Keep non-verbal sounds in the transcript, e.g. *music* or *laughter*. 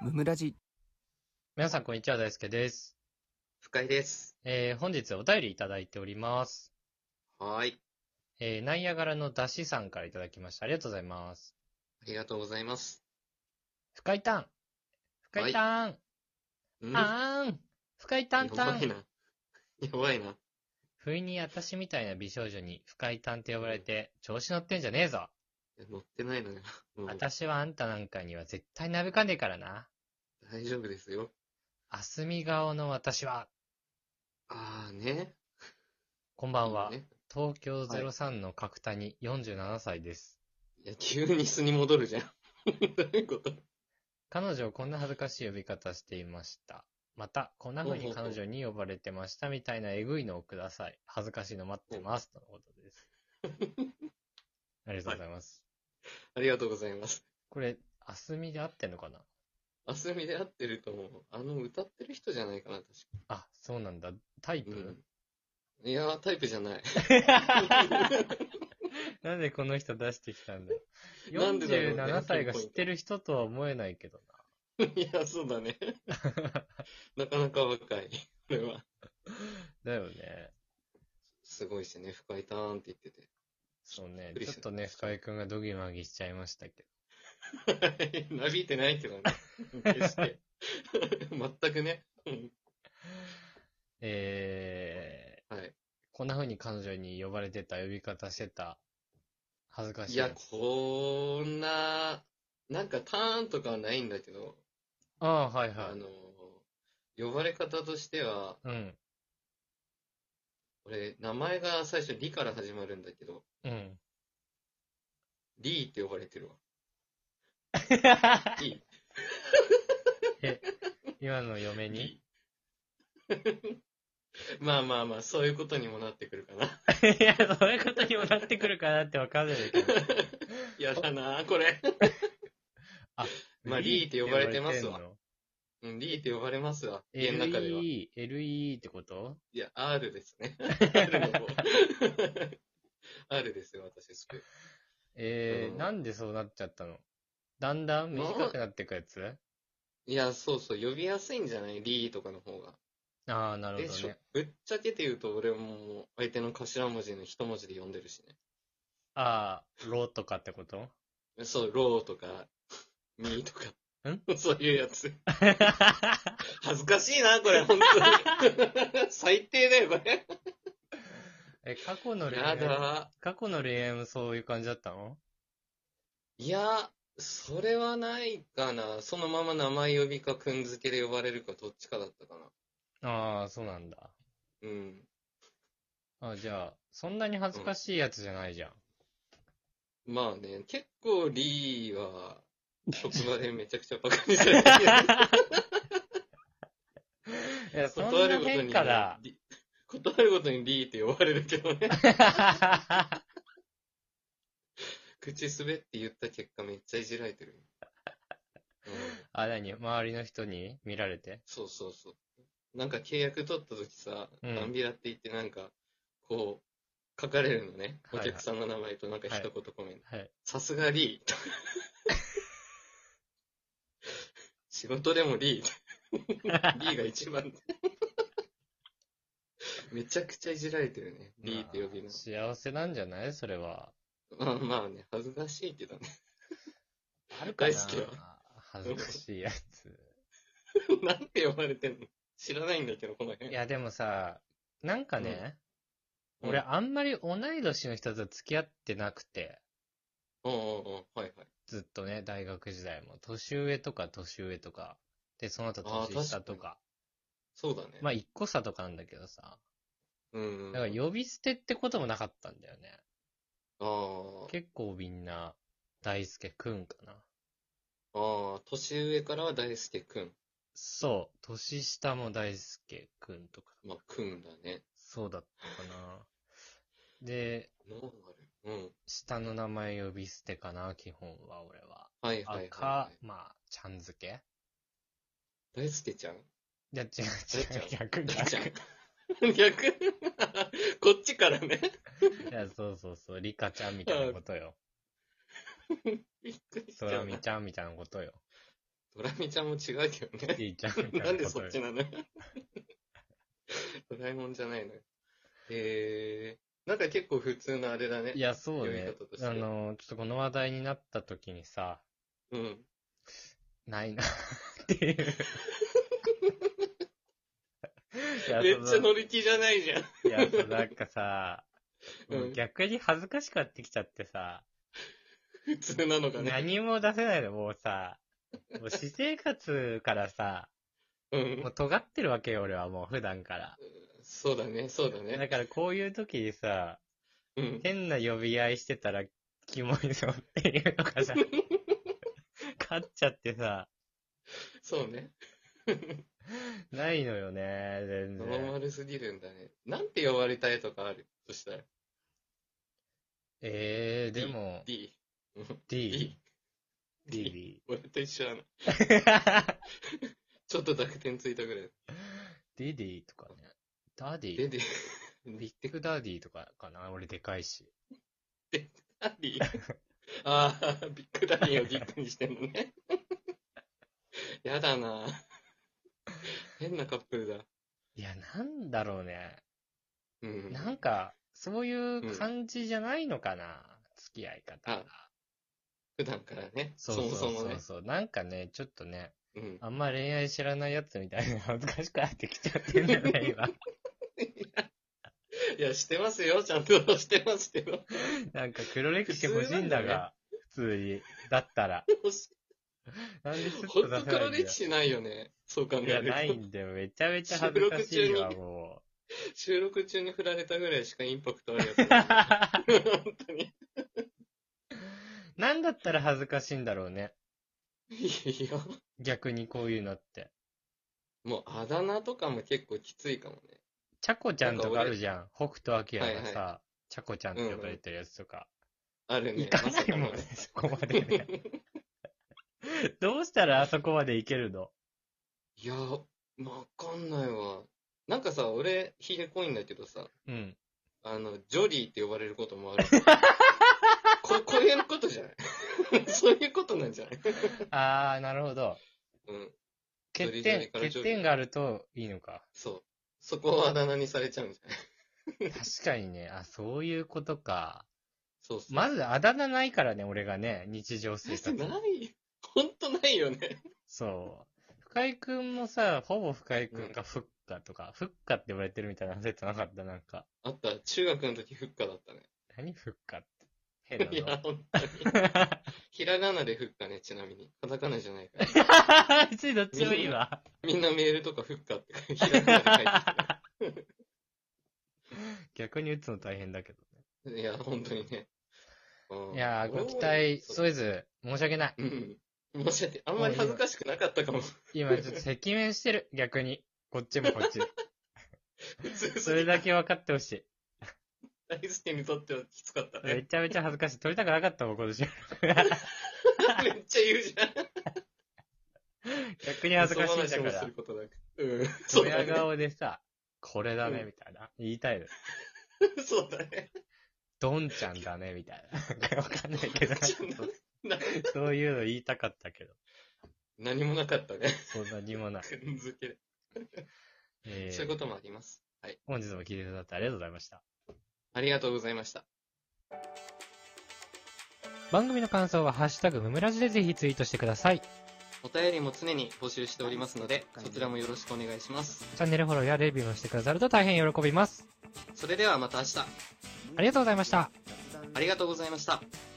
むらじ。皆さん、こんにちは。大輔です。深井です。えー本日お便りいただいております。はーい。えーナイアガラのダシさんからいただきました。ありがとうございます。ありがとうございます。深いターン。深いターン。うんあーん。深いタンタやばいン。な。やばいな。不意に私みたいな美少女に深いタンって呼ばれて、調子乗ってんじゃねえぞ。乗ってないのよ。もう私はあんたなんかには絶対なびかねえからな。大丈夫ですよ。あすみ顔の私は、あーね。こんばんは。ね東京03の角谷47歳です。いや、急に素に戻るじゃん。 *laughs* どういうこと彼女をこんな恥ずかしい呼び方していました。また、こんな風に彼女に呼ばれてましたみたいなえぐいのをください。恥ずかしいの待ってます。とのこと *laughs* です。ありがとうございます。ありがとうございます。これ、あすみで合ってんのかなあすみで会ってると思う。あの、歌ってる人じゃないかな、確あ、そうなんだ。タイか。プ、うん。いやー、タイプじ *laughs* ゃない。なんでこの人出してきたんだよ。 *laughs* なんでだろうね47歳が知ってる人とは思えないけどいや、そうだ *laughs* ね。なかなか若い。これは。な。だよね。すごいしね、深いターンって言ってて。そうびねっく。りちょしったとね、深井くんがドギマギしちゃいましたけ *laughs* なびいてないけどね。決して。 *laughs* 全くね。うんど。えー、はい。こんな風に彼女に呼ばれてた、呼び方してた、恥ずかしい。いや、こんな、なんかターンとかはないんだけど、ああ、はいはあの、呼ばれ方としては、い。うん、俺、名前が最初、リから始まるんだけど、うん。リーって呼ばれてるわ。リ今のー。嫁にリー *laughs* まあまあまあ、そういうことにもなってくるか *laughs* な。*laughs* いや、そういうことにもなってくるかなってわかんないけど。やだなあこれ。 *laughs* まあリーって呼ばれてますわうん、リーって呼ばれますわ。家の中では。い LE、LE ってことや、R です *laughs* ね。R の方。R ですよ、私、スペえーうんなんでそうなっちゃったのだんだん短くなってくやついや、そうそう、呼びやすいんじゃないリーとかの方が。ああ、なるで、ほしどょね。ぶっちゃけて言うと、俺ももう相手の頭文字の一文字で呼んでるしああ、ロとかってこと *laughs* ね。そう、ローとか、ミーとか。ん *laughs* そういうやつ。恥ずかしいな、これ、本当に。 *laughs* 最低だよ、これ。え、過去の恋や愛、だ。過去の恋愛もそういう感じだったのいや、それはないかな。そのまま名前呼びか、くんづけで呼ばれるか、どっちかだったかな。ああ、そうなんだ。うん。あーじゃあ、そんなに恥ずかしいやつじゃないじ *laughs* ゃん。まあね、結構リーは、職場でめちゃくちゃバカにされて *laughs* る。いや、そん断なるごと変に化だ。 *laughs* リ断るごとにリーって呼ばれるけどね。口滑って言った結果めっちゃいじられてる。うん、あ、なに周りの人に見られてそうそうそう。なんか契約取った時さ、うんダンビラって言ってなんか、こう、書かれるのね。はいおはい客さんの名前となんか一言コメント。はい。さすがリー。仕事でもリー。リーが一番。めちゃくちゃいじられてるね。リーって呼びまのあ。幸せなんじゃないそれは。まあまあね、恥ずかしいけどね。あるかな大好きよ恥ずかしいやつ。なんて呼ばれてんの知らないんだけど、この辺。いや、でもさ、なんかね、うん俺、あんまり同い年の人と付き合ってなくて、うんうんうん。はいはい。ずっとね、大学時代も。年上とか年上とか、で、その後あー年下と確か。そうだね。まあ、一個差とかなんだけどさ。うんうん。だから、呼び捨てってこともなかったんだよね。あー結構みんな、大輔くんかな。あー、年上からは大輔くん。そう、年下も大輔くんとか、まあ、くんだね。そうだったかな。で、ノーマル。うん。下の名前呼び捨てかな、基本は俺は。はいはいあはい、はか、い。まあ、ちゃんづけ大輔ちゃんいや、違うえ違う、逆りっちゃ逆。ん。逆こっちからね。いや、そうそうそう、リカちゃん *laughs* みたいなことよ。びっくりしちソゃラうなミちゃんみたいなことよ。ドラミちゃんも違う *laughs* けどね。いいちゃんみたいな。なんでそっちなのよドラえもんじゃないのよ。えー、なんか結構普通のあれだね。いや、そう読みね方とし。てあの、ちょっとこの話題になった時にさ、うん。ないなって *laughs* いう。いやめっちゃその乗り気じゃないじゃん。いや、そうなんかさ、うんもう逆に恥ずかしくなってきちゃってさ、普通なのかね。何も出せないの、もうさ、もう私生活からさ、う。もうん尖ってるわけよ、俺はもう普段から。そうだね、そうだね。だからこういう時にさ、うん。変な呼び合いしてたら、キモいぞっていうの *laughs* がさ、勝っちゃってさ、そうね。ないのよね、全ノーマ然。ルすぎるんだね。なんて呼ばれたいとかあるそしたら。えー、でも、 D。うん。 D D。。D。 D。俺と一緒だな。ちょっと濁点ついたぐらい。 *laughs* ディディとかね。ダデディ。デビッグダディとかかな俺でかいし。ダディ。 *laughs* ああ、ビッグダディをビッグにしてんのね。 *laughs* やだな変なカップルだ。いや、なんだろうね。うん。なんか、そういう感じじゃないのかな、付き合い方があ。普段からね。そそうもそそうもそねう。そう。なんかね、ちょっとね、うん。あんま恋愛知らないやつみたいな *laughs* 恥ずかしくなってきちゃってんだよ *laughs* ね、今。いや、してますよ。ちゃんとしてますけど。なんか黒歴史欲しいんだが、 *laughs* 普通に。だったら。 *laughs* なんでちょっほとん出せないと黒んだよ歴。史ないよね。そう考えいや、るないと。んだよ。めちゃめちゃ恥ずかしいわ、も収録中に振られたぐらいしかインパクトあるやつう。 *laughs* ない。本当に。なんだったら恥ずかしいんだろうね。いや、逆にこういうのって。もうあだ名とかも結構きついかもね。チャコちゃんとかあるじゃん。北斗晶がはいさ、チャコちゃんって呼ばれてるやつとか。あるね。行かないもんまさね、そこまで *laughs* ね。どうしたらあそこまで行けるのいや、わかんないわ。なんかさ、俺、ヒレコインだけどさ、うん。あの、ジョリーって呼ばれることも *laughs* ある。ここういうことじゃないそういう *laughs* ことなんじゃないあー、なるほど。うん、欠ジョリ点ジ、ョリからジョリ欠点があるといいの *laughs* か。そう。そこをあだ名にされちゃうんじゃない確かにね、あ、そういうことか。そうそう。まずあだ名ないからね、俺がね、日常生だって活。ない。ほんとないよね。そう。深井くんもさ、ほぼ深井くんがフッカとか、フッカって呼ばれてるみたいな説なかった、なんか。あった、中学の時フッカだったね。何フッカって。変ないや、の。ほんとに。ひらがなでフッカね、ちなみに。カタカナじゃないから。 *laughs* 別にどっ *laughs* ちもいいわ。みんなメールとかフッカって書いて、ひらがなで書いてきてる。逆に打つの大変だけどいや、本当にね。うんね。いやー、俺ごも期待、そう添えず、申し訳ない。うん。申し訳ない。あんまり恥ずかしくなかったかも。今ちょっと赤面してる、逆に。こっちもこっち。普通それだだけ分かってほしい。大輔にとってはきつかっためね。ちゃめちゃ恥ずかしい。撮りたくなかったもん、今 *laughs* 年。めっちゃ言うじゃん。逆に恥ずかしいんだ嘘話もかすらる。ことなく。うん。 *laughs* そうだ親ね。顔でさ、これだね、うんみたいな。言いたいの。そうだね。ドンちゃんだね、みたいな。わかんないけど。ドンちゃんだねなそういうの言いたかったけど。何もなかったね。そんなにもない。くんづけ。えそういうーこ、ともあります。はい。本日も聞いてくださってありがとうございました。ありがとうございました。番組の感想は、ハッシュタグムムラジでぜひツイートしてください。チお便りも常に募集しておりますので、そちらもよろしくお願いします。ャンネルフォローやレビューもしてくださると大変喜びます。それではまた明日、ありがとうございました。ありがとうございました。